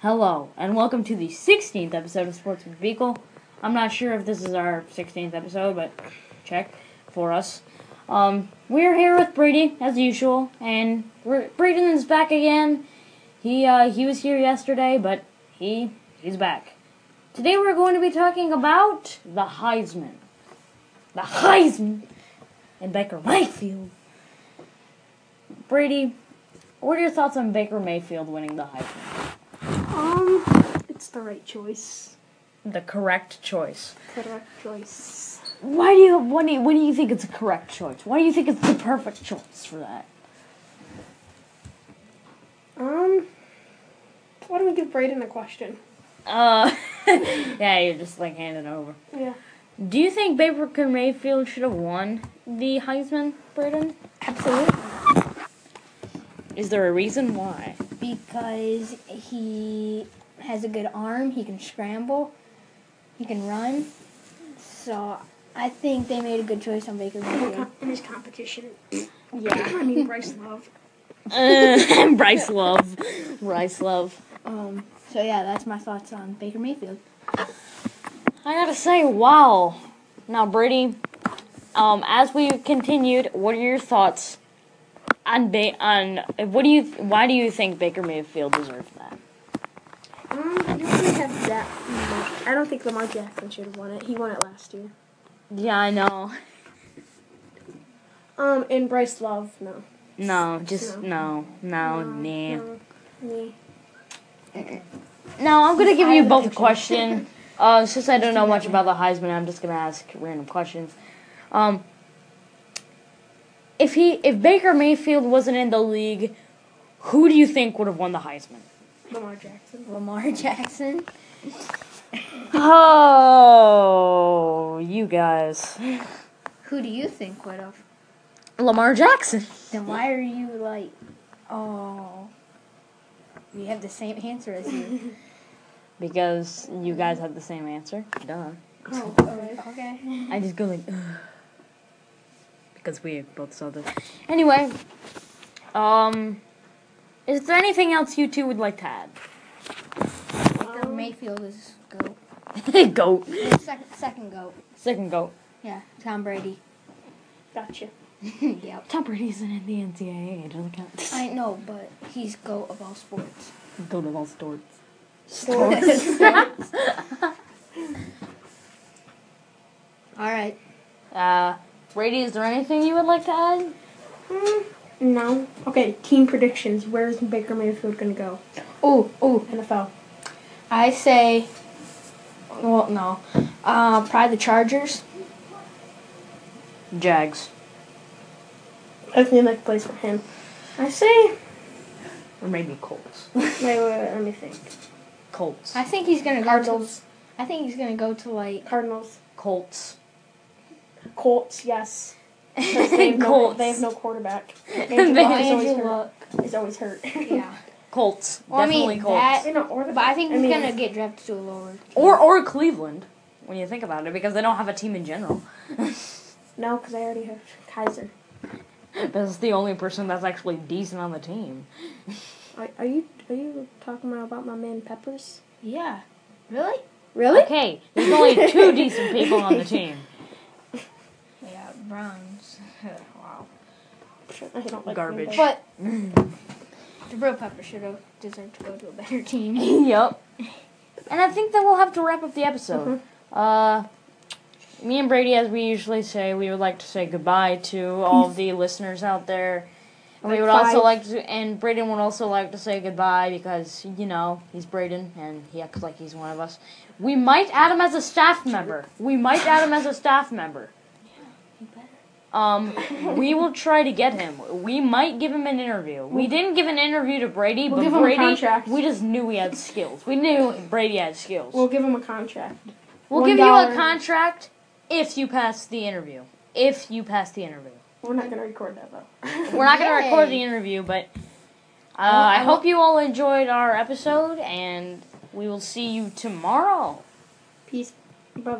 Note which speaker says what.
Speaker 1: Hello, and welcome to the 16th episode of Sports with Beagle. I'm not sure if this is our 16th episode, but check for us. Um, we're here with Brady, as usual, and we're, Braden is back again. He, uh, he was here yesterday, but he, he's back. Today we're going to be talking about the Heisman. The Heisman and Baker Mayfield. Brady, what are your thoughts on Baker Mayfield winning the Heisman?
Speaker 2: Um, it's the right choice.
Speaker 1: the correct choice.
Speaker 2: Correct choice.
Speaker 1: Why do you what do you, what do you think it's a correct choice? Why do you think it's the perfect choice for that?
Speaker 2: Um, why don't we give Brayden a question?
Speaker 1: Uh, yeah, you're just like handing over.
Speaker 2: Yeah.
Speaker 1: Do you think Baker Mayfield should have won the Heisman, Braden?
Speaker 2: Absolutely.
Speaker 1: Is there a reason why?
Speaker 3: because he has a good arm. He can scramble. He can run. So I think they made a good choice on Baker Mayfield.
Speaker 2: In his competition. Yeah. I mean, Bryce Love.
Speaker 1: Uh, Bryce Love, Bryce Love.
Speaker 3: Um, so yeah, that's my thoughts on Baker Mayfield.
Speaker 1: I gotta say, wow. Now, Brady, um, as we continued, what are your thoughts on ba- on what do you why do you think Baker Mayfield deserved that?
Speaker 2: Um, I don't really have that much. I don't think Lamar Jackson should have won it. He won it last year.
Speaker 1: Yeah, I know.
Speaker 2: Um, and Bryce Love, no. Um,
Speaker 1: No, just no, no, Oh, nah.
Speaker 2: no, nah.
Speaker 1: Now I'm gonna give you
Speaker 3: Heisman
Speaker 1: both a
Speaker 3: picture.
Speaker 1: question. Uh, since I don't know much about the Heisman, I'm just gonna ask random questions. Um, if he, if Baker Mayfield wasn't in the league, who do you think would have won the Heisman?
Speaker 2: Lamar Jackson.
Speaker 3: Lamar Jackson.
Speaker 1: Oh, you guys.
Speaker 3: Who do you think would have?
Speaker 1: Lamar Jackson.
Speaker 3: Then why are you like, oh, we have the same answer as you?
Speaker 1: Because you guys had the same answer. Duh.
Speaker 2: Oh, okay.
Speaker 3: okay.
Speaker 1: I just go like, Ugh. because we both saw this. Anyway, um, is there anything else you two would like to
Speaker 3: Baker
Speaker 2: um,
Speaker 3: Mayfield is goat.
Speaker 1: add? goat.
Speaker 3: Second, second goat.
Speaker 1: Second goat.
Speaker 3: Yeah, Tom Brady.
Speaker 2: Gotcha.
Speaker 3: yep.
Speaker 1: Tom Brady isn't in the NCAA. It doesn't count.
Speaker 3: I know, but he's goat of all sports.
Speaker 1: Go to all stores.
Speaker 3: all right.
Speaker 1: Uh, Brady, is there anything you would like to add?
Speaker 2: Hmm. No. Okay, team predictions. Where is Baker Mayfield going to go?
Speaker 3: Oh, oh.
Speaker 2: NFL.
Speaker 3: I say, well, no. Uh, probably the Chargers.
Speaker 1: Jags.
Speaker 2: That's the next place for him. I say.
Speaker 1: Or maybe Colts.
Speaker 2: Wait, wait, wait, let me think.
Speaker 1: Colts.
Speaker 3: I think he's gonna
Speaker 2: Cardinals.
Speaker 3: go to. I think he's gonna go to like.
Speaker 2: Cardinals.
Speaker 1: Colts.
Speaker 2: Colts, yes. Because They have, no,
Speaker 1: Colts.
Speaker 2: they have no quarterback.
Speaker 1: They-
Speaker 2: Andrew Luck is always
Speaker 3: Andrew
Speaker 2: hurt.
Speaker 3: Luck.
Speaker 2: Is always hurt.
Speaker 3: Yeah.
Speaker 1: Colts.
Speaker 3: Well, I mean,
Speaker 1: Definitely Colts.
Speaker 3: that-
Speaker 2: You know, or the-
Speaker 3: But I think he's
Speaker 2: mean,
Speaker 3: gonna get drafted to a lower. team.
Speaker 1: Or or Cleveland, when you think about it, because they don't have a team in general.
Speaker 2: No, because I already have Kaiser.
Speaker 1: That's the only person that's actually decent on the team.
Speaker 2: Are, are you are you talking about my man Peppers?
Speaker 3: Yeah. Really?
Speaker 2: Really?
Speaker 1: Okay, there's only two decent people on the team.
Speaker 3: Yeah, Browns. wow.
Speaker 2: I don't like
Speaker 1: Garbage.
Speaker 2: Green Bay.
Speaker 3: But the real Pepper should have deserved to go to a better team.
Speaker 1: yep. And I think that we'll have to wrap up the episode.
Speaker 2: Mm-hmm.
Speaker 1: Uh, me and Brady, as we usually say, we would like to say goodbye to all of the listeners out there. And we
Speaker 2: Like
Speaker 1: would also
Speaker 2: five.
Speaker 1: like to, and Braden would also like to say goodbye because, you know, he's Braden and he acts like he's one of us. We might add him as a staff member. We might add him as a staff member. Um, we will try to get him. We might give him an interview. We didn't give an interview to Brady,
Speaker 2: We'll
Speaker 1: but
Speaker 2: give him a
Speaker 1: Brady,
Speaker 2: contract.
Speaker 1: we just knew we had skills. We knew Brady had skills.
Speaker 2: We'll
Speaker 1: We'll,
Speaker 2: give him a contract.
Speaker 1: give you a
Speaker 2: $1.
Speaker 1: contract if you pass the interview. If you pass the interview,
Speaker 2: We're not gonna record that though.
Speaker 1: we're not going to record the
Speaker 3: Yay.
Speaker 1: interview, but uh,
Speaker 3: Well,
Speaker 1: I
Speaker 3: I
Speaker 1: hope you all enjoyed our episode, and we will see you tomorrow.
Speaker 2: Peace. Bye.